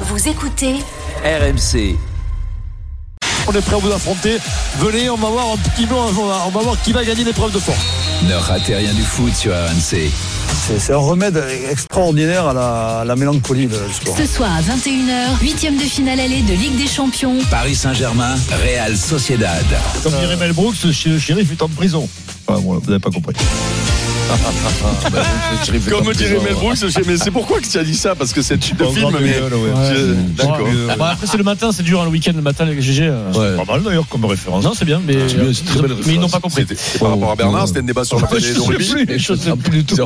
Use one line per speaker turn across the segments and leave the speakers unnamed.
Vous écoutez
RMC.
On est prêt à vous affronter. Venez, on va voir un petit peu, on va, on va voir qui va gagner l'épreuve de force.
Ne ratez rien du foot sur RMC.
C'est c'est un remède extraordinaire à la, à la mélancolie, le sport.
ce soir à 21h, huitième de finale allée de Ligue des Champions.
Paris Saint-Germain, Real Sociedad.
Comme dirait Mel Brooks, le ch- shérif est en prison. Enfin, voilà, vous n'avez pas compris.
Comme dirait Mel Brooks, je sais, mais c'est pourquoi que tu as dit ça Parce que c'est le type de
Pas
film,
grand
mais.
gueule, ouais.
Je- D'accord.
Ouais.
Bah, après c'est le matin, c'est dur hein, le week-end le matin avec GG. euh,
Pas mal d'ailleurs comme référence.
Non c'est bien, mais,
C'est bien, Ah, c'est une très belle
mais ils n'ont
référence. Oh,
pas compris.
C'était c'était par rapport à Bernard, c'était un débat sur la
Je
fédé de rugby.
sais plus, je sais plus du tout.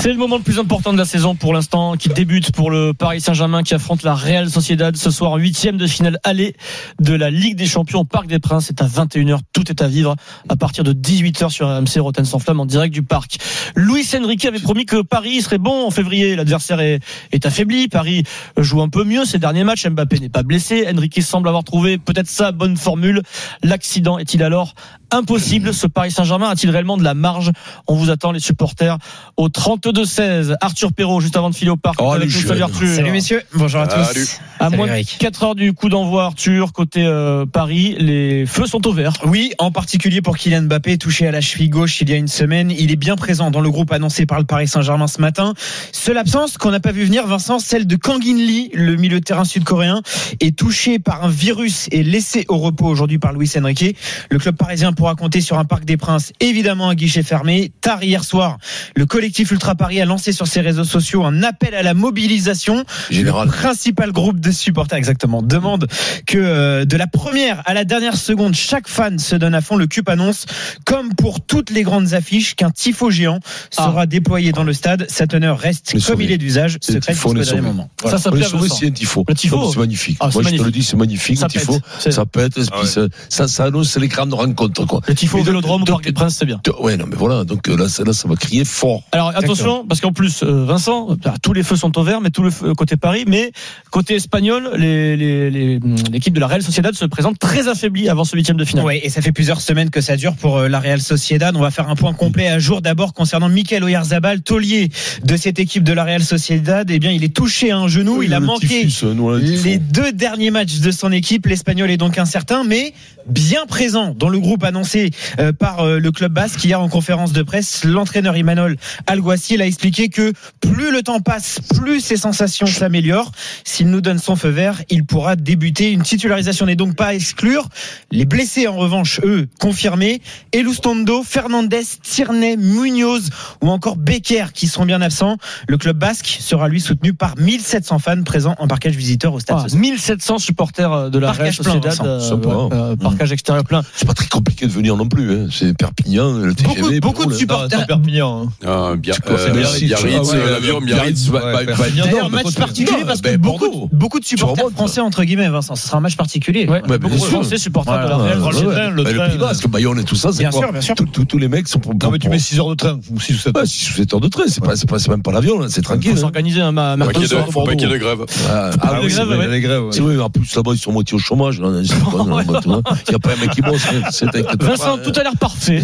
C'est le moment le plus important de la saison pour l'instant, qui débute pour le Paris Saint-Germain qui affronte la Real Sociedad ce soir en huitième de finale aller de la Ligue des Champions au Parc des Princes. C'est à 21h, tout est à vivre à partir de 18h sur AMC Rotten sans flamme en direct du parc. Luis Enrique avait promis que Paris serait bon en février. L'adversaire est, est affaibli. Paris joue un peu mieux ces derniers matchs. Mbappé n'est pas blessé. Enrique semble avoir trouvé peut-être sa bonne formule. L'accident est-il alors impossible Ce Paris Saint-Germain a-t-il réellement de la marge On vous attend les supporters au 32-16. Arthur Perrault, juste avant de filer au parc.
Oh, le
avec nous.
jeune.
Salut Arthur.
Salut messieurs, bonjour à tous.
Salut.
À
Salut,
moins de
Eric.
4 heures du coup d'envoi, Arthur, côté euh, Paris, les feux sont au vert.
Oui, en particulier pour Kylian Mbappé, touché à la cheville gauche il y a une semaine. Il est bien présent dans le groupe annoncé par le Paris Saint-Germain ce matin. Seule absence qu'on n'a pas vu venir, Vincent, celle de Kang In Lee, le milieu de terrain sud-coréen, est touché par un virus et laissé au repos aujourd'hui par Luis Enrique. Le club parisien pourra compter sur un parc des Princes, évidemment un guichet fermé. Tard hier soir, le collectif Ultra Paris a lancé sur ses réseaux sociaux un appel à la mobilisation.
Général.
Le principal groupe de supporters, exactement, demande que euh, de la première à la dernière seconde, chaque fan se donne à fond. Le CUP annonce, comme pour toutes les grandes affiches, qu'un tifo géant sera déployé dans le stade. Sa teneur reste,
Les
comme
sauvés.
il est d'usage,
C'est
secrète jusqu'au
tifo, les
dernier
sauvés.
moment.
Ça, ça
On
plaît
est
à
sauvé,
Vincent.
c'est un tifo.
Le tifo.
Non, mais C'est magnifique.
Ah, c'est
Moi, je te le
magnifique.
dis, c'est magnifique.
Ça
le tifo,
pète, c'est-
ça pète, et puis
Ah ouais.
ça, ça, ça annonce les grandes rencontres. Quoi.
Le tifo au
Mais donc-
Vélodrome, au
donc-
Parc des Princes, c'est bien.
De- Ouais, non, mais voilà. Donc euh, là, ça, là, ça va crier fort.
Alors attention, parce qu'en plus, euh, Vincent, bah, tous les feux sont au vert, mais tout le feu- côté Paris, mais côté espagnol, les- les- les- hum, l'équipe de la Real Sociedad se présente très affaiblie avant ce huitième de finale.
Ouais, et ça fait plusieurs semaines que ça dure pour euh, la Real Sociedad. On va faire un point complet à jour d'abord concernant Michael Oyarzabal, taulier de cette équipe de la Real Sociedad. Eh bien, il est touché à un genou, il a
Le
manqué
typhus, euh, nous, on a le tifo.
Les deux derniers matchs de son équipe, l'Espagnol est donc incertain, mais bien présent dans le groupe annoncé euh, par euh, le club basque hier en conférence de presse. L'entraîneur Imanol Alguacil a expliqué que plus le temps passe, plus ses sensations s'améliorent. S'il nous donne son feu vert, il pourra débuter. Une titularisation n'est donc pas à exclure. Les blessés, en revanche, eux, confirmés. Elustondo, Fernandez, Tierney, Munoz ou encore Becker qui seront bien absents. Le club basque sera lui soutenu par 1700 fans présents en parquage visiteur au stade.
Ah,
ce soir.
1700 supporters de la Real
Parcage plein,
Sociedad,
Vincent,
euh,
sympa,
ouais,
hein.
euh, parcage extérieur plein.
C'est pas très compliqué de venir non plus. hein. C'est Perpignan, le TGV.
Beaucoup-
puis
beaucoup de
voilà.
supporters.
Ah, Perpignan. hein.
Ah, Bia-
Tu crois que c'est
euh,
Biarritz,
Biarritz,
tu vois,
euh,
ouais,
l'avion
ouais,
Biarritz,
Biarritz,
va-
ouais,
va-
Perpignan.
D'ailleurs,
Non, mais
match
contre-
particulier
non,
parce que
ben,
beaucoup,
Bordeaux.
beaucoup de supporters
remontes.
français, entre guillemets, Vincent, ce sera un match particulier.
Ouais,
Ouais, mais
beaucoup
bien
de
sûr.
Français supporters de la
Ouais,
Real
ouais,
Sociedad.
ouais.
le
Ben,
train,
Le Pays Basque, Bayonne et tout ça, c'est
Bien
quoi
sûr, bien sûr.
Tous- tous- Tous les mecs sont pour.
Non, mais tu
pour-
mets 6 heures de train ou 6 ou 7.
Ouais, 6 ou 7 heures de train. C'est pas- c'est pas- c'est même pas l'avion, là, c'est
Il faut
tranquille. hein.
s'organiser un ma-
Faut pas
marathon
qu'il y ait
sur
de- faut pas
Bordeaux.
qu'il y ait de grève.
Ah,
Ah, ah
oui, grève,
oui, c'est vrai.
ouais.
C'est vrai, en plus là-bas ils sont moitié au chômage. Il n'y hein. a pas un mec qui bosse. hein. C'est t'inquiète
Vincent,
pas,
tout à l'air parfait.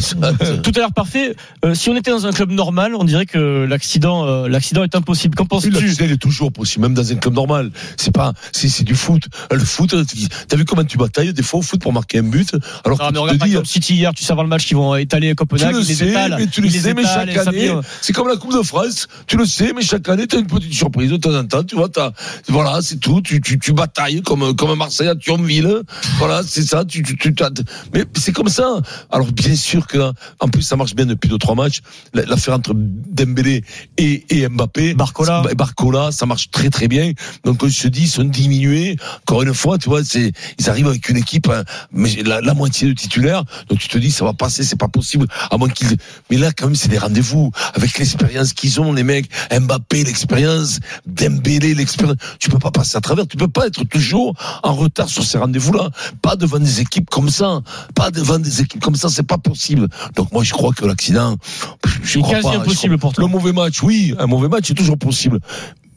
Tout à l'air parfait. Euh, si on était dans un club normal, on dirait que l'accident, euh, l'accident est impossible. Qu'en
Oui,
penses-tu
l'accident, il est toujours possible, même dans un club normal. C'est pas, c'est, c'est du foot. Le foot, t'as vu comment tu batailles des fois au foot pour marquer un but, alors
Ah, mais
que tu
regarde
te
pas
dis,
comme City hier, tu sais avant le match qu'ils vont étaler Copenhague,
tu le
ils les
sais,
étalent.
mais tu le
ils les
sais, mais
étalent,
chaque
et ça
année,
vient.
c'est comme la Coupe de France, tu le sais, mais chaque année, t'as une petite surprise de temps en temps, tu vois, t'as, voilà, c'est tout, tu, tu, tu batailles comme, comme un Marseille à Thionville, voilà, c'est ça, tu, tu, tu, t'as- mais c'est comme ça. Alors, bien sûr que, en plus, ça marche bien depuis deux, trois matchs, L- l'affaire entre Dembélé et, et Mbappé.
Barcola.
Bah, Barcola, ça marche très, très bien. Donc, on se dit, ils sont diminués. Encore une fois, tu vois, c'est, ils arrivent avec une équipe, hein, mais la, la moitié de titulaires. Donc, tu te dis, ça va passer, c'est pas possible. À moins qu'ils, mais là, quand même, c'est des rendez-vous. Avec l'expérience qu'ils ont, les mecs. Mbappé, l'expérience. Dembélé, l'expérience. Tu peux pas passer à travers. Tu peux pas être toujours en retard sur ces rendez-vous-là. Pas devant des équipes comme ça. Pas devant des équipes comme ça. C'est pas possible. Donc, moi, je crois que l'accident, je
Il est
crois
quasi
pas. je
impossible
crois-
pour toi.
Le mauvais match, oui. Un mauvais match est toujours possible.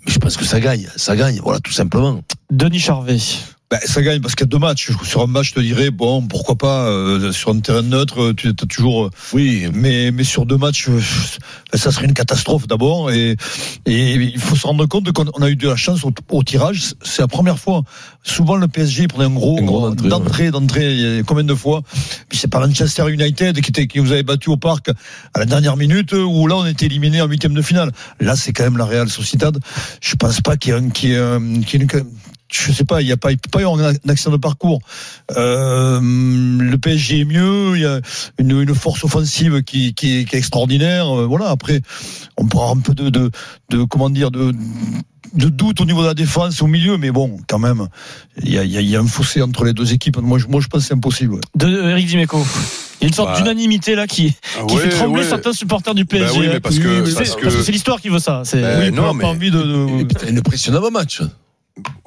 Mais je pense que ça gagne, ça gagne, voilà, tout simplement.
Denis Charvet.
Ben, ça gagne parce qu'il y a deux matchs. Sur un match, je te dirais, bon, pourquoi pas, euh, sur un terrain neutre, euh, tu as toujours. Oui. Mais, mais sur deux matchs, euh, ben, ça serait une catastrophe d'abord. Et, et il faut se rendre compte qu'on on a eu de la chance au, au tirage. C'est la première fois. Souvent, le PSG prenait un gros,
Un gros d'entrée,
d'entrée, d'entrée, il y a combien de fois Puis c'est par Manchester United qui, était, qui vous avait battu au parc à la dernière minute, euh, où là, on était éliminé en huitième de finale. Là, c'est quand même la Real Sociedad. Je pense pas qu'il y ait un- qu'il y ait un- qu'il y ait une je sais pas, il y a pas, il peut pas y avoir un accident de parcours. Euh, le PSG est mieux, il y a une, une force offensive qui, qui, est- qui est extraordinaire. Euh, voilà, après, on prend un peu de, de, de comment dire, de, de doute au niveau de la défense au milieu, mais bon, quand même, il y a, il y a- il y a un fossé entre les deux équipes. Moi, je, moi, je pense que c'est impossible. ouais.
de euh, Eric Dimeco. Il y a une sorte d'unanimité là qui,
Ah
qui fait trembler certains supporters du PSG.
oui, mais parce que-
hein. mais c'est-
parce que-
parce que c'est l'histoire qui veut ça. C'est
Ben,
oui,
non,
pas-
mais-
pas envie de- de-
Et putain, Impressionnant match.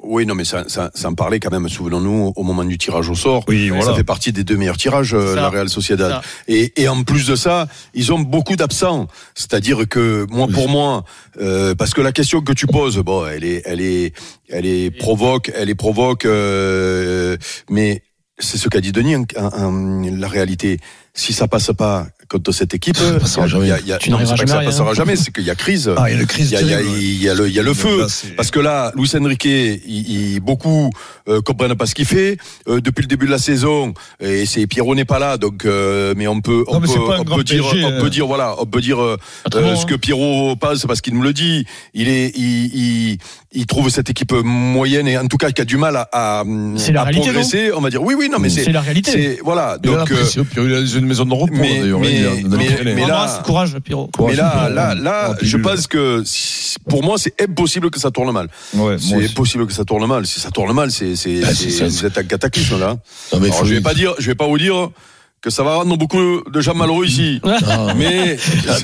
Oui, non, mais ça, ça, ça en parlait quand même, souvenons-nous, au moment du tirage au sort.
Oui,
Ça
voilà.
fait partie des deux meilleurs tirages, euh,
C'est ça.
la Real
C'est
Sociedad.
ça.
Et, et en plus de ça, ils ont beaucoup d'absents. C'est-à-dire que, moi, pour moi, euh, parce que la question que tu poses, bon, elle est, elle est, elle est provoque, elle est provoque, euh, mais c'est ce qu'a dit Denis, en, en- en- la réalité. Si ça passe pas contre cette équipe,
Ça
il y
passera
a-
jamais.
il y a- il y a-
Tu
non, mais
n'arriveras
c'est pas que ça
jamais hein. à rien.
passera jamais, c'est qu'il y a crise.
Ah, il y a une
Il
crise.
y a, il y a-
terrible.
il y a le, il y a le feu.
Là, c'est-
Parce que là, Luis Enrique, il, il- beaucoup euh, comprennent pas ce qu'il fait Euh, depuis le début de la saison. Et c'est Pierrot n'est pas là, donc euh, mais on peut, on
Non, mais
peut,
c'est pas un
on
grand
peut dire,
PSG,
on
euh.
peut dire voilà, on peut dire euh,
Autrement,
euh, ce
hein.
que Pierrot pense parce qu'il nous le dit. Il est, il, il, il trouve cette équipe moyenne et en tout cas qui a du mal à, à,
C'est la
à
réalité,
progresser. On va dire oui, oui, non, mais
c'est
c'est,
la réalité.
c'est voilà.
Il a
Donc, euh,
l'impression, puis il a une maison de repos,
mais-
d'ailleurs.
mais-
il a- il a
mais-
entraîné.
Oh,
mais là-
Embrasse, courage, Pierrot.
Quoi,
mais là,
c'est-
là, là,
Ah,
je
pilule.
pense que si- pour moi, c'est impossible que ça tourne mal.
Ouais, moi
C'est
aussi.
possible que ça tourne mal. Si ça tourne mal, c'est c'est
Euh, Bah,
c'est-
c'est ça.
vous êtes un cataclysme là.
Non, mais
Alors,
faut-
je vais pas dire, je vais pas vous dire que ça va rendre beaucoup de gens malheureux ici.
Ah.
Mais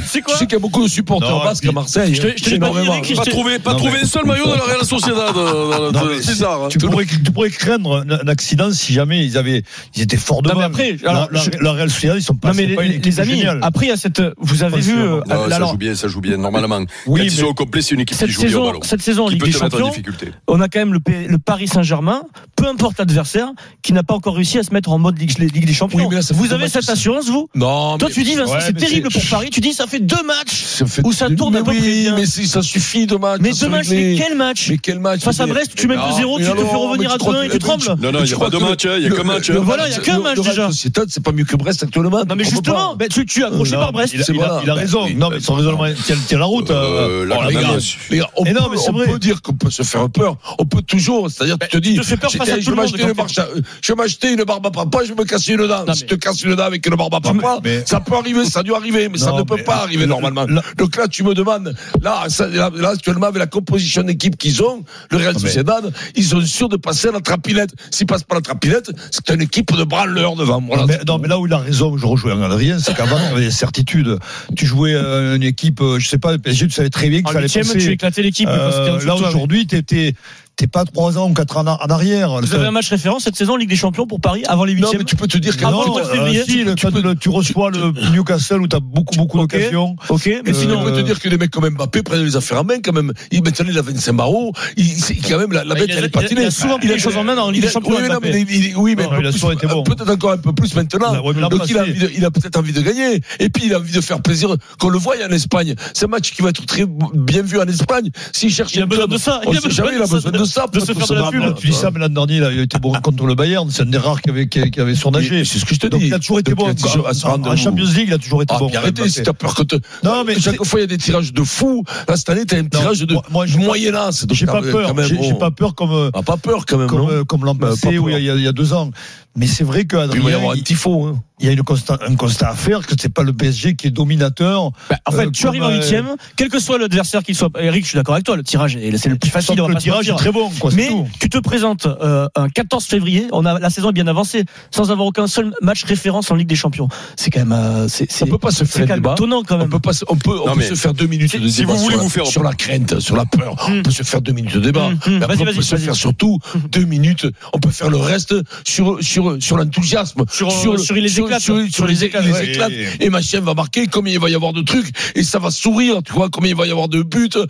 C'est
Tu
quoi
sais qu'il y a beaucoup de supporters
Non,
basques
puis-
à Marseille.
Je te- je te l'ai pas dit, Eric, je
pas
te-
trouver, pas
Non,
trouver un seul maillot de la Real Sociedad. euh, dans-
Non,
dans-
mais
C'est ça. hein.
Tu pourrais, tu pourrais craindre un un accident si jamais ils avaient, ils étaient forts
Non,
devant.
mais après,
La-
alors,
la,
je-
la Real Sociedad, ils sont pas,
Non mais
c'est
les,
pas une
les
équipe
amis,
ah,
géniale.
après il y a cette, vous avez
Pas
vu,
sûr.
euh,
Non, ça
alors,
joue bien, ça joue bien normalement.
Oui,
Quand ils
mais-
sont au complet, c'est une équipe
cette
qui joue bien au
saison,
ballon.
cette saison en
Qui
Ligue
peut
des
te mettre en
Champions,
difficulté.
on a quand même le, P- le Paris Saint-Germain, peu importe l'adversaire, qui n'a pas encore réussi à se mettre en mode Ligue, Ligue des Champions.
Oui, mais là, ça fait
vous
deux
avez
matchs,
cette
ça.
assurance, vous
Non,
Toi
mais-
tu dis, Vincent,
Ouais,
c'est
mais
terrible
c'est-
pour Paris. Tu dis, ça fait deux matchs
Ça fait-
Où ça tourne à
mais
peu près
oui,
bien.
Mais si, ça suffit de match.
Mais
ça
deux
se
matchs,
réglait.
mais quel match
Mais quel match
Face à
mais-
Brest, tu mets
Non,
2-0, tu
mais
te
alors,
fais revenir
mais
à
tu crois
2-1 et
que-
tu trembles.
Non, non, il y a pas de match, hein, il y a
le-
que match,
le-
hein.
le-
Voilà, il y a que
le-
match,
le Real
déjà.
Sociedad, c'est pas mieux que Brest actuellement.
Non mais
on peut
justement,
pas.
ben, tu, tu es accroché
Non,
par Brest.
Il a,
C'est
il a-
voilà.
il a
Bah,
raison.
oui,
non,
bah,
mais son raisonnement tient, tient la route.
Euh,
euh,
là,
oh,
quand
les
même,
gars,
je-
Les gars, on,
Mais
peut,
non, mais c'est
on
vrai.
peut dire qu'on peut se faire peur. On peut toujours. C'est-à-dire, tu te dis,
te fais peur face à
j'étais-
tout
je
le
vais
monde,
m'acheter une
quand
barbe à- je vais m'acheter une barbe à papa, je vais me casser une dent.
Non,
Si
mais-
tu te casses une dent avec une barbe à papa,
mais-
ça peut arriver, ça a dû arriver, mais ça
Non,
ne peut
mais-
pas arriver
le-
normalement.
le-
Donc là, tu me demandes, là, ça- là, là, actuellement, avec la composition d'équipe qu'ils ont, le Real
mais-
Sociedad, ils sont sûrs de passer à la trapilette. S'ils passent pas la trapilette, c'est une équipe de branleurs devant. Voilà.
Non, mais, non, mais là où il a raison, je rejoins Adrien, c'est qu'avant, il y avait des certitudes. Tu jouais euh, une équipe, euh, je sais pas, le PSG, tu savais très bien qu'il
En
fallait
Ah, huitième, tu
passer.
éclatais l'équipe.
Euh,
parce que c'était en dessous
là,
de toi, oui.
aujourd'hui, t'es- t'es t'es pas 3 ans ou 4 ans en en arrière.
Vous avez un match référence cette saison Ligue des Champions pour Paris avant les
Non,
huitièmes.
mais tu peux te dire
Avant
qu'avant
le
Non,
mois de
euh,
février,
si, le- quand le- tu reçois le Newcastle où t'as beaucoup, beaucoup
Ok.
d'occasions.
Ok, mais
Euh,
Sinon, on
sinon.
peut te dire que les mecs comme Mbappé prennent les affaires en main quand même. Il maintenant il a 25 barreaux. Il, c'est- quand même la, la
Bah, Il
bête
a-
elle
il a-
est patinée.
il a souvent pris les choses en main dans la Ligue
il a-
des Champions,
Oui, mais non,
Mbappé.
mais il- il- oui, mais
Non,
un peu
il a
plus-
souvent été bon.
Peut-être encore un peu plus maintenant.
Ouais, mais l'an
Donc il a,
passé-
envie de- il a peut-être envie de gagner. Et puis il a envie de faire plaisir qu'on le voie en Espagne. C'est un match qui va être très bien vu en Espagne. S'il cherche
Il a
une
besoin
club,
de ça.
on
Il a
sait jamais, il a besoin de ça.
de se faire de la
Ah,
pub.
bah, Tu dis ça, mais l'an dernier, il a- il a été bon contre le Bayern. C'est un des rares qui avait, qui, qui avait surnagé.
Mais c'est ce que je te
Donc,
dis.
il a toujours été
Donc,
bon.
il a toujours- à se
En
rendre
en
où-
Champions League, il a toujours été
Ah,
bon.
puis arrêtez,
Mbappé.
si t'as peur que te.
Non, mais
chaque fois il y a des tirages de fous. Là, cette année, t'as un tirage de
moi- moi, j'ai-
moyennasse. Donc,
J'ai
t'as-
pas
quand
peur.
même,
J'ai j'ai
bon.
pas peur comme, euh,
Ah, pas peur quand même.
comme,
non
euh, comme l'an
Bah, pas
passé
peur.
ou il y, a- il y a deux ans. Mais c'est vrai
Puis il va y
qu'Adrien,
avoir un
il
tifo. hein.
il y a une constat, un constat à faire que c'est pas le PSG qui est dominateur.
Bah, en fait,
Euh,
tu
comme,
arrives en
euh,
huitième, quel que soit l'adversaire qu'il soit. Eric, je suis d'accord avec toi, le tirage, est- c'est le plus facile.
Sauf
on
que
va
le
pas se
tirage est
mentir.
très bon. Quoi, c'est
Mais
tout.
tu te présentes euh, un 14 février, on a, la saison est bien avancée, sans avoir aucun seul match référence en Ligue des Champions. C'est quand même, euh, c'est c'est-
On peut pas se
c'est
faire
quand
un
même
débat.
étonnant quand
On
même.
peut pas, se- on peut, on
Non,
peut
mais
se faire deux minutes de
si
débat
vous voulez
sur, la,
vous faire-
sur la crainte, sur la peur.
Mm.
On peut se faire deux minutes de débat.
Mm, mm.
Mais après,
Vas-y,
on
vas-y,
peut se
vas-y.
faire surtout deux minutes. On peut faire le reste sur, sur sur, sur l'enthousiasme,
Sur, euh, sur les éclats,
sur,
sur
sur
les
les,
éclats,
les
ouais.
éclats. Et machin va marquer combien il va y avoir de trucs et ça va sourire, tu vois, combien il va y avoir de buts. Euh,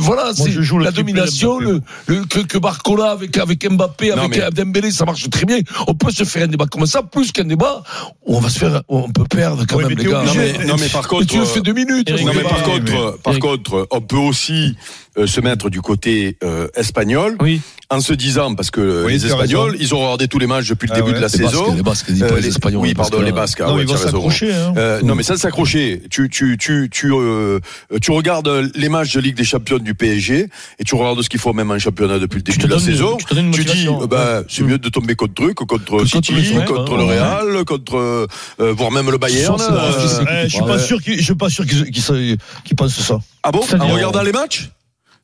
Voilà, c'est
je joue le
la
triplé
domination,
d'Mbappé,
le, le- que, que Barcola avec avec Mbappé,
Non,
avec euh,
mais-
Dembélé, ça marche très bien. On peut se faire un débat comme ça, plus qu'un débat, où on va se faire, où on peut perdre quand
Ouais,
même
mais
les
t'es
gars.
Non
obligé.
mais, non, mais par
Mais
contre,
tu le fais
euh,
deux minutes.
Eric,
non, mais par
Oui,
contre, euh, par
Eric.
contre, euh, on peut aussi euh, se mettre du côté euh, espagnol
Oui.
en se disant parce que euh,
Oui,
les
t'as
Espagnols, ils ont regardé tous les matchs depuis le
Ah
début
ouais.
de la
Les Basques,
saison.
les Basques, ils disent
Euh,
pas les
les-
Espagnols,
oui,
les
pardon,
Basques,
les
là.
Basques. ah
non,
ouais,
ils
tu
vont
as raison.
s'accrocher. Hein.
Euh, non mais ça s'accrocher. Tu tu tu tu euh, tu regardes les matchs de Ligue des Champions du PSG et tu regardes ce qu'ils font même en championnat depuis le début
te
de la
donnes-
saison.
tu te donnes une
dis
motivation.
euh, bah c'est
Mm.
mieux de tomber contre truc contre
Contre
City,
le Real,
contre
ouais,
le
ouais.
Real, contre euh, euh, voire même le Bayern.
Sans-
euh,
sans- sans-
Eh, je suis pas sûr qu'ils, je suis pas sûr qu'ils, qu'ils, sa- qu'ils pensent ça.
ah bon
C'est-à-dire-
En regardant les matchs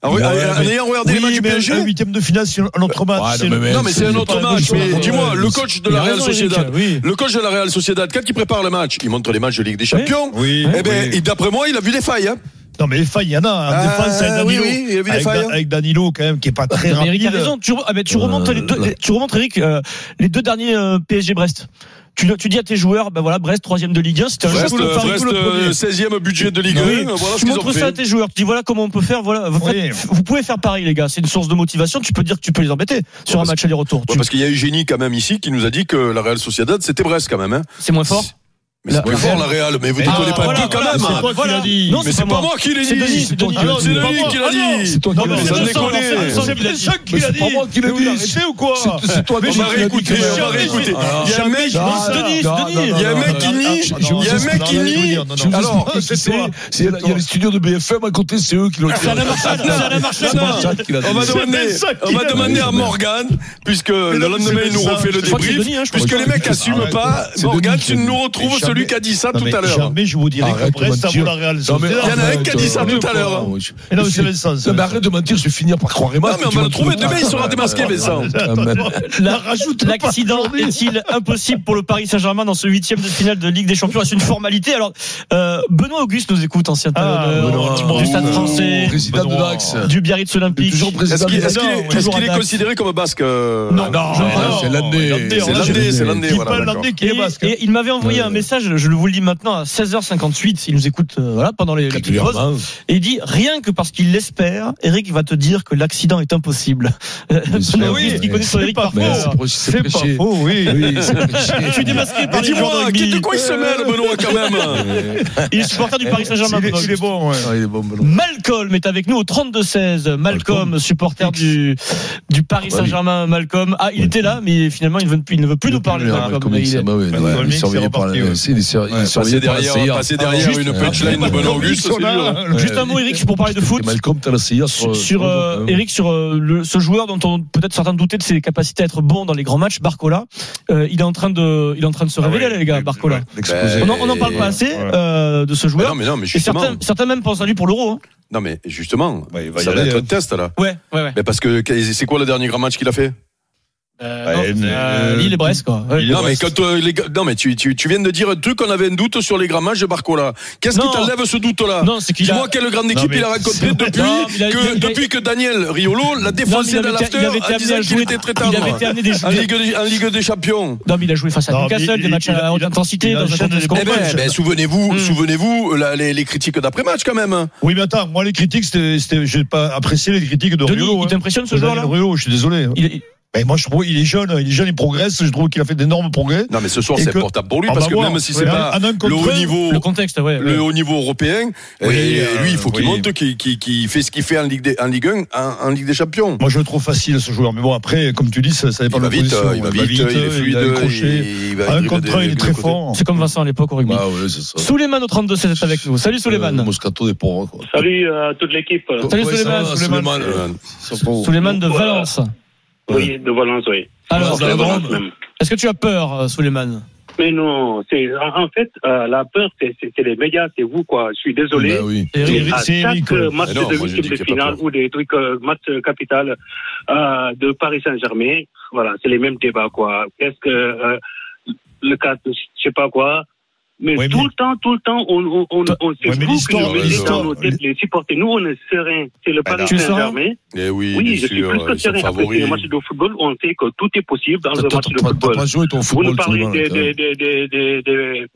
En re-
Ouais,
en-
ouais,
en
mais-
ayant regardé les matchs du
mais
PSG
un huitième de finale, c'est un autre match.
Ouais,
c'est-
mais-
Non, mais c'est un autre
pas
match.
la même
Mais
chose.
dis-moi, le coach de la
Il a
Real
raison, Eric,
Sociedad,
oui.
le coach de la Real Sociedad, quand il prépare le match, il montre les matchs de Ligue des Champions.
Oui,
Eh ben, et d'après moi, il a vu des failles. hein.
Non, mais les failles, il y en a. En
Ah,
défense, c'est
oui,
Danilo.
oui, il y a eu des
avec,
hein.
failles. hein.
Da- avec Danilo, quand même, qui est pas très
Mais Eric
rapide.
a Bah, raison. Tu, re- ah ben, tu
Euh,
remontes, les deux-
là.
tu remontes, Eric, euh, les deux derniers euh, PSG Brest. Tu, le- tu dis à tes joueurs, ben voilà, Brest, troisième de Ligue 1, c'était un jeu
Brest,
où le Paris
Brest,
joue le premier.
euh, 16e budget de Ligue 1.
Oui.
Voilà ce
tu
qu'ils ont
montres ça à
fait.
tes joueurs. Tu dis voilà comment on peut faire. Voilà, vous, faites- vous pouvez faire pareil, les gars. C'est une source de motivation. Tu peux dire que tu peux les embêter sur un
parce
match aller-retour.
Ouais,
Tu-
parce qu'il y a Eugénie quand même ici qui nous a dit que la Real Sociedad c'était Brest quand même. hein.
C'est moins fort.
Mais c'est
La-
plus
la
fort
Real.
la Real. Mais vous
Ah,
déconnez pas un
voilà,
peu quand
voilà,
même.
c'est toi qui l'as dit.
Non,
Mais c'est pas moi qui l'ai
C'est Denis,
dit.
c'est Denis.
Ah non, C'est Denis qui l'a dit.
toi
Non,
qui
mais
l'as
c'est
dit.
un
Vincent,
déconné.
Vincent, Vincent qui l'a dit.
Vincent qui l'a dit.
pas moi qui l'ai
Mais vous
dit.
l'arrêtez ou quoi
C'est- C'est toi
On
qui
va
l'as dit.
réécouter.
Denis.
bah, On va réécouter.
Alors,
Il y a un mec.
Non,
Denis,
non,
Il y a
Denis.
non, non,
un
non,
mec
non,
qui
non,
nie.
non, non,
Il y a un
non,
mec
non,
qui
non,
nie.
non, non, non.
Alors,
Je sais pas, c'est- Il y a les studios de BFM à côté, c'est eux qui l'ont dit.
C'est Alain Marchal. C'est Alain Marchal.
C'est Marchal qui l'a dit.
On va
C'est
demander,
Vincent
on
qui
va
l'a
demander
dit.
à Morgan, puisque le
non,
lendemain
c'est
il nous
Vincent.
refait le
Je crois
que c'est
débrief,
Denis, hein, je
puisque
crois.
les mecs n'assument
Arrête.
pas.
C'est
Morgan,
Denis
tu
qui-
nous retrouves
Mais
celui
jamais-
qui a dit ça
Non,
tout
mais
à l'heure.
Jamais je vous dirais que
Arrête de
Brest, ça
mentir.
vaut la Real
Non, mais
Sociedad.
Il y en a un qui a dit ça
arrête,
tout à l'heure.
euh, je-
Et non, mais c'est Vincent, c'est
Non, mais
Vincent.
arrête de mentir, je vais finir par croire Emma.
Non, mais on va le trouver demain, il sera démasqué, Vincent.
La- L'accident est-il impossible pour le Paris Saint-Germain dans ce huitième de finale de Ligue des Champions Est-ce une formalité Alors, euh, Benoît Auguste nous écoute, ancien
Ah,
entraîneur
Benoît.
du Stade
Ouh.
français,
Président de
Benoît.
l'Axe.
du Biarritz Olympique.
Toujours
Est-ce
président
qu'il
de
est,
l'Axe.
toujours à Dax.
considéré comme basque euh,
Non, non,
non,
c'est l'année.
c'est
C'est l'Andé, c'est l'Andé.
Dis
voilà,
pas
d'accord.
l'Andais qui
Et,
est basque.
et il m'avait envoyé
Ouais.
un message, je le vous le dis maintenant, à 16h58, il nous écoute euh, voilà, pendant les, les petites pauses, et il dit, rien que parce qu'il l'espère, Eric va te dire que l'accident est impossible. Euh, Benoît
oui,
Auguste, il
mais
connaît son Eric par
Mais
cœur.
c'est
pas
prêché.
faux, oui.
Oui, c'est prêché.
Je suis démasqué
Mais
par les joueurs de
dis-moi,
rugby.
de quoi il se mêle, Benoît, quand même
Euh,
Il est supporter du Paris Saint-Germain.
Il est-
Benoît
Il est
Auguste.
bon, ouais.
ah, il est bon, Benoît.
Malcolm est avec nous au 32-16. Malcolm,
Malcolm.
supporter du, du Paris
Ah bah oui.
Saint-Germain. Malcolm. Ah, il était là, mais finalement, il ne veut plus, il ne veut plus nous parler.
Il est
Malcolm.
comme il-
Il est-
bah ouais,
Bah,
ouais,
Colming,
Il est surveillé
c'est
par la-
reparti, ouais.
si, il est sur- il est
Passer
surveillé par la
derrière,
CIA.
passer derrière
Juste-
une punchline de Benoît Auguste, c'est dur.
Juste un mot, Eric, pour parler de foot.
Et Malcolm, t'as la CIA
Sur,
sur.
sur, euh,
euh,
Eric, sur euh, le- ce joueur dont on peut-être certains doutaient de ses capacités à être bon dans les grands matchs, Barcola, euh, il est en train de, il est en train de se révéler, les gars, Barcola.
L'exposé.
On en- on n'en parle pas assez euh, de ce
Mais Non,
joueur.
mais non, mais
Et
justement,
certains, certains même pensent à lui pour l'euro. hein.
non, mais justement
Bah, il va y
ça va
aller,
être
hein.
un test, là.
Ouais, ouais, ouais.
Mais parce que c'est quoi le dernier grand match qu'il a fait
Euh, non,
Ouais, mais,
euh,
euh,
Lille et Brest, quoi. Ouais.
Non mais, quand, euh, les gars- non, mais tu, tu, tu viens de dire un truc, on avait un doute sur les grammages de Barcola. Qu'est-ce qui
Non.
t'enlève ce doute-là
Non, c'est qu'il a.
Dis-moi quelle grande équipe
mais
il a rencontré
c'est-
depuis,
Non, mais il a-
que,
il a- il a-
depuis que Daniel Riolo l'a
Non, mais
défoncé dans
il, avait été, il
l'after en
avait été amené
disant
à
qu'il
joué.
était très
Il avait
tendre.
été amené des
En Ligue, des, en Ligue des Champions.
Non, mais il a joué face à
Non, mais
Newcastle,
il-
des matchs
il-
à haute
il-
intensité,
il
dans un
enchaîne
contexte
les-
Eh
complexe.
ben, ben, souvenez-vous,
Hmm.
souvenez-vous la- les, les critiques d'après-match quand même. hein.
Oui, mais attends, moi, les critiques, c'était, c'était- j'ai pas apprécié les critiques de
Denis,
Rulo.
il
hein.
t'impressionne ce
De
joueur-là
Daniel Rulo, je suis désolé.
Il est-
Mais moi, je trouve, il est jeune, il est jeune, il progresse, je trouve qu'il a fait d'énormes progrès.
Non mais ce soir
Et
c'est
que-
portable
Ah,
pour lui
On
parce
va
bah
que
voir.
même si
Ouais,
c'est pas
un homme contre
le haut
un,
niveau,
Le contexte, ouais.
le haut niveau européen,
Oui,
et
euh,
lui il faut qu'il
oui.
monte, qu'il qu'il- qu'il fait ce qu'il fait en Ligue des, en Ligue 1, en, en Ligue des Champions.
Moi, je le trouve facile, ce joueur. Mais bon, après, comme tu dis, ça, ça dépend
Il va
de la
vite,
position.
euh, il va vite, il est fluide,
a le crochet.
il- il va
Un
dribbler
contre
des-
un, il
des
est très
côtés.
fort.
C'est comme Vincent à l'époque au rugby.
Ah ouais, c'est ça.
Souleymane au 32-16 est avec nous. Salut
Euh,
Souleymane.
Moscato des pauvres, quoi.
Salut à toute l'équipe. euh,
Salut
Ouais, ça
Souleymane,
va,
Souleymane.
Souleymane.
Euh,
Souleymane de Valence.
Oui, de Valence, oui.
Alors,
Dans la
De Valence
Drôme.
même.
est-ce que tu as peur, euh, Souleymane
Mais non, c'est en en fait euh, la peur, c'est c'est- c'est les médias, c'est vous quoi. Je suis désolé.
Bah oui.
Mais
Eric,
à
c'est Eric,
chaque
ouais.
euh, match
Mais non,
de
moi, je dis
huitième
qu'il y
de
a pas
finale
peur.
ou des trucs euh, match euh, capital euh, de Paris Saint-Germain, voilà, c'est les mêmes débats quoi. Qu'est-ce que euh, le cas, de- je sais pas quoi. Mais
Ouais,
tout
mais-
le temps, tout le temps, on, on, on, on- c'est
Ouais, mais
vous qui
l'histoire-
nous mettez
l'histoire-
dans nos têtes les supporters. Nous, on est sereins. C'est le Paris
tu es
Saint-Germain.
Eh oui,
Oui, je
bien
suis plus
sûr,
que
ils sont
serein. Après, c'est
favoris.
les matchs de football, on sait que tout est possible dans
T'as
un
t'as-
match de
t'as- t'as
football.
pas joué ton
Vous
football.
nous parlez
tout le
des,
monde,
des,
hein.
des, des, des, des-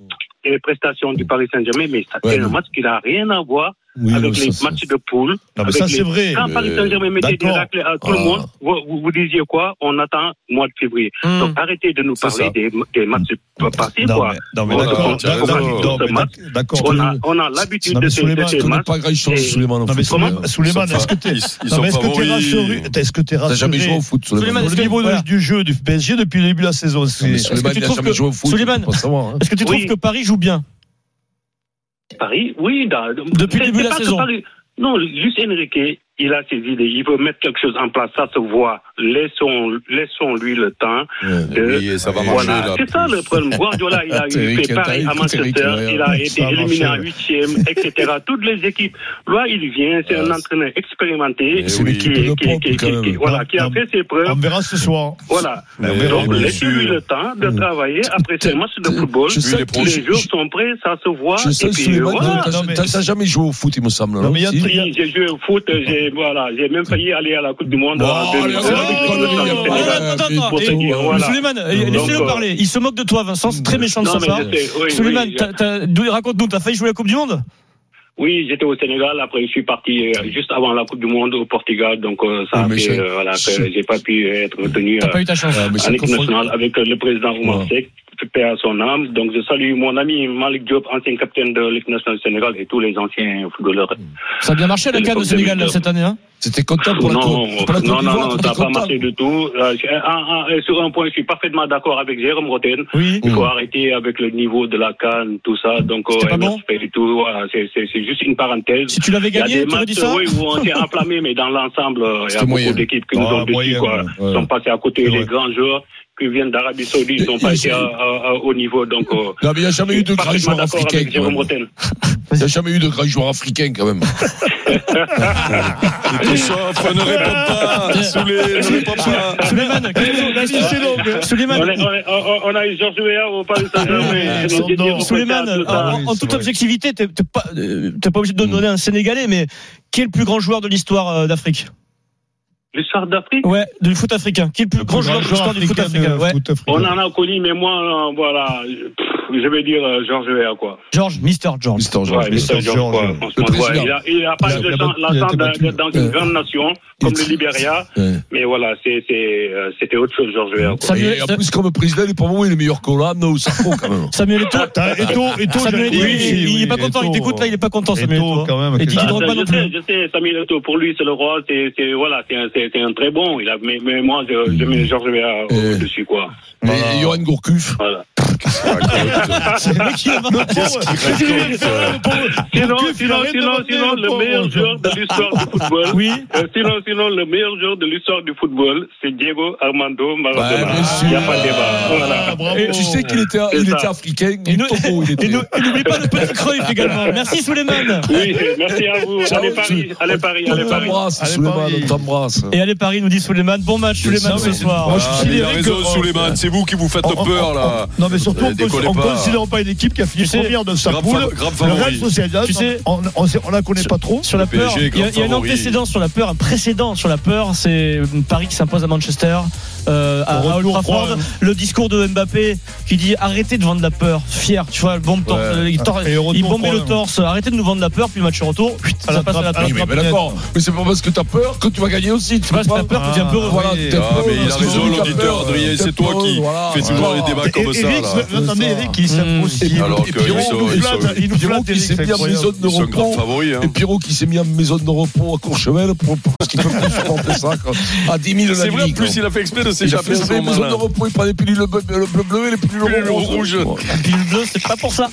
des prestations du Paris Saint-Germain, mais ça,
Ouais,
c'est un
mais-
match qui n'a rien à voir
Oui, non,
avec les
ça, c'est-
matchs de poule.
Non, mais
avec
ça,
les-
c'est vrai.
Quand Paris Saint-Germain mettait des
d'accord.
raclés à tout le
Ah.
monde, vous, vous, vous disiez quoi On attend le mois de février.
Hmm.
Donc arrêtez de nous
C'est
parler
ça.
des, des matchs passés,
Hmm. Non,
quoi.
mais, non, mais
Voilà,
d'accord,
tu as raison.
d'accord, non, mais d'ac- d'accord.
On a, on a l'habitude
Non, mais
de ces
Souleymane,
de ces
Tu connais
matchs.
pas grand-chose,
Et-
Souleymane. en
Non, mais
foot,
Souleymane,
hein.
Souleymane,
Ils sont
est-ce que t'es,
Ils, ils
non,
sont
mais est-ce que t'es
favoris.
rassuré, est-ce que t'es
T'as
rassuré
jamais joué au foot, Souleymane.
Souleymane,
Sur
est-ce
le
que-
niveau de-
voilà.
du jeu du PSG depuis le début de la saison,
Non, mais
c'est,
Souleymane,
tu
il a
trouves
jamais
que-
joué au foot.
Souleymane,
faut pas savoir, hein.
Est-ce que tu
Oui.
trouves que Paris joue bien
Paris, oui, dans-
Depuis le
c'est-
début de
c'est
la
pas que
saison.
Paris- non, Lucien Enrique, il a ses idées. Il veut mettre quelque chose en place. Ça se voit. Laissons, laissons lui le temps.
Ouais.
de-
Oui, et ça va marcher,
Voilà.
là.
C'est ça le problème. Guardiola, il a
T'as vu
eu fait
qu'il y a
pareil
eu
à
tout Eric
Manchester.
Lemaitre.
Il a été
Ça a
éliminé en
marché.
huitième, etc. Toutes les équipes. Là, il vient. C'est
Ah,
un entraîneur expérimenté.
Mais c'est
qui-
l'équipe de
qui- qui-
propre,
qui-
quand même. Ah,
qui- Voilà,
Non,
qui a
non.
fait ses preuves.
on verra ce soir.
Voilà.
Mais
Donc,
bien
laissez-lui
sûr.
le temps de travailler après ces matchs de football.
Mm. Je sais
les
que-
pro-
Les
je-
jours
je-
sont prêts, ça se voit.
je sais
Et
que
puis, euh,
Souleymane,
voilà.
t'as-
Non, mais-
t'as- t'as jamais joué au foot, il me semble.
Non, mais il y a-
Si.
il y a-
Oui, j'ai joué au foot, j'ai voilà, j'ai même failli aller à la Coupe du Monde en
Oh,
2002
les-
avec le
oh,
Sénégal.
les-
Sénégal.
oh,
Attends, attends, attends.
Pour te
Et-
dire, voilà.
Souleymane, eh,
Donc,
laissez-le
euh,
parler. Il se moque de toi, Vincent. C'est très méchant de
Non,
sa
mais
part.
je sais, oui,
Souleymane,
oui,
t'as- t'as- d'où- raconte-nous, t'as failli jouer la Coupe du Monde
Oui, j'étais au Sénégal. Après, je suis parti euh, juste avant la Coupe du Monde au Portugal. Donc, euh, ça
Ah,
Oui,
a
mais
fait
je-
euh, voilà,
je-
que j'ai pas pu être retenu euh,
T'as pas eu ta chance.
Ah, mais
en
c'est
équipe
confond-
nationale avec euh, le président Oumar
Ouais.
Seck, paix à son âme. Donc, je salue mon ami Malik Diop, ancien capitaine de l'équipe nationale du Sénégal et tous les anciens footballeurs.
Ça a bien marché à la
C'est
CAN au
comme
Sénégal
2002.
cette année. Hein
C'était content pour la
Non,
Côte pour la Côte
non, non,
d'Ivoire.
non, ça
t'étais
n'a pas
content.
marché du tout. Euh, je- un- un- un- sur un point, je suis parfaitement d'accord avec Jérôme Roten.
Oui.
Il
Mm.
faut arrêter avec le niveau de la canne, tout ça. Donc,
C'était
euh,
pas
un
bon
aspect et tout. Voilà, c'est- c'est c'est juste une parenthèse.
Si tu l'avais
Il y a
gagné,
des
tu aurais
matchs
dit ça
oui, où on s'est enflammé, mais dans l'ensemble, euh, il y
C'était
a beaucoup
moyen.
d'équipes qui nous
Ah,
ont déçus.
moyen,
quoi.
ouais, ouais.
sont passés à côté
C'est
les
vrai.
grands joueurs qui viennent d'Arabie Saoudite, ils n'ont
Mais
pas
c'est-
été à- à- à- au niveau. Donc, euh,
Non, mais il n'y a jamais eu de grand
parfaitement
joueur
d'accord
africain.
avec Jérôme
quand même.
Roten.
Il n'y a jamais eu de grand joueur africain, quand même.
Christophe, ne réponds pas. Soulé, ne réponds pas.
Souleymane, quelle est ton- la liste est longue. Souleymane,
On, est- on est- on- on a eu Georges Weah au Paris Saint-Germain. Ils nous ont dédié au
Souleymane,
podcast, tout ça.
en, en
oui, c'est
toute
vrai.
objectivité, t'es t'es pas, euh, t'es pas obligé de donner un Sénégalais, mais qui est le plus grand joueur de l'histoire euh, d'Afrique
L'histoire d'Afrique
Ouais, du foot africain. Qui est le plus grand joueur de l'histoire du foot africain Ouais.
Oh.
On en a connu, mais moi, euh, voilà, pff, je vais dire euh, Georges Weah, quoi.
George, Mister George.
Mister George.
Ouais, Mr. George,
George,
quoi,
ouais.
franchement,
Le
ouais,
président.
il a- il n'a pas
Il a-
eu
il
le
a
temps
battu- il a
l'entente
été battu.
d'être dans une
Ouais.
grande nation comme le Libéria,
Ouais.
mais voilà, c'est- c'est, euh, c'était autre chose, Georges Weah. quoi.
Samuel,
Et en plus, comme président, il- pour moi, il est meilleur qu'Hollande ou Sarko, quand même.
Samuel Eto'o.
Ah,
Eto, Eto,
Samuel Eto'o, il- il, il est pas content. Il t'écoute là, il est pas content, Samuel Eto'o.
quand même.
Et Didier
Ah,
Drogba
ça,
non
je sais,
plus.
je sais, Samuel Eto'o, pour lui, c'est le roi, c'est c'est- voilà, c'est un, c'est- c'est un très bon, il a, mais, mais moi, je, je mets Georges Weah
Euh.
au-dessus, quoi.
Mais Johan Gourcuff.
Voilà.
Gourcuff,
Sinon,
il
sinon,
arrête de
sinon,
rater,
sinon,
le
le
pauvre.
meilleur joueur de l'histoire du football.
Oui.
Euh, sinon, sinon, le meilleur joueur de l'histoire du football, c'est Diego Armando
Ouais,
Maradona.
bien
Il
sûr.
n'y a pas de débat. Voilà.
Et tu sais qu'il était, il
ça.
était africain,
Et
et
nous-
Togo, il
Et
était.
ne- et n'oublie pas le petit Cruyff également. Merci Souleymane.
Oui, merci à vous.
Ciao,
Allez Paris,
tu-
allez Paris, allez
On
Paris.
t'embrasse,
Allez,
Souleymane,
Paris.
on t'embrasse.
Et allez Paris, nous dit Souleymane. Bon match Souleymane ce soir.
Moi, je
Ah,
suis
mais il a
sidéré
raison,
que-
Souleymane. C'est vous qui vous faites peur, là.
Non, mais surtout,
Euh,
on ne
décollez pas.
considère pas une équipe qui a fini
Tu sais,
première de sa
grave
poule.
fa- grave
Le
favori.
Real Sociedad,
Tu sais,
on on sait- on la connaît pas trop.
sur la
Le PSG
peur.
est
Il y, a,
grand
il y a un
favori.
antécédent sur la peur, un précédent sur la peur. C'est Paris qui s'impose à Manchester, euh, à,
Au
à Old
retour,
Trafford.
trois, hein.
Le discours de Mbappé qui dit arrêtez de vendre la peur, fier. Tu vois, le bombe torse,
Ouais.
euh, il, tor-
Et au retour,
il bombait
trois,
le
hein.
torse. Arrêtez de nous vendre la peur, puis match retour. putain,
À
ça
la
passe à la
trappe,
peur.
à
Oui,
la
mais
trappe.
ben d'accord. Mais c'est pas parce que t'as peur que tu vas gagner aussi. Tu
C'est pas
peux
parce que
pas.
la peur que tu es un peu heureux.
Voilà, t'es
Ah,
peur,
mais il a
parce que
raison,
t'as
l'auditeur,
peur,
Adrien.
t'as
C'est toi
peur,
qui
voilà.
fais toujours
Voilà.
les débats comme ça,
Eric,
là.
attendez,
C'est ça.
Eric, il
Mmh.
s'apprécie.
Alors que ils sont- ils sont-
il nous
Pierrot
flatte,
qui s'est
Eric,
mis en
c'est
maison de
Ils sont grave
repos.
favoris, hein.
Et Pierrot qui s'est mis en maison de repos à Courchevel pour, pour parce qu'il peut plus supporter ça quoi. à 10 000 la
C'est vrai, en
nuit, quoi.
plus, il a fait exprès de
Il a fait
s'échapper.
une
son
maison de
malin.
repos, il prend les pilules bleues, le bleu bleu et les pilules
Pilules
rouges.
rouges.
Puis le bleu, c'est pas pour ça.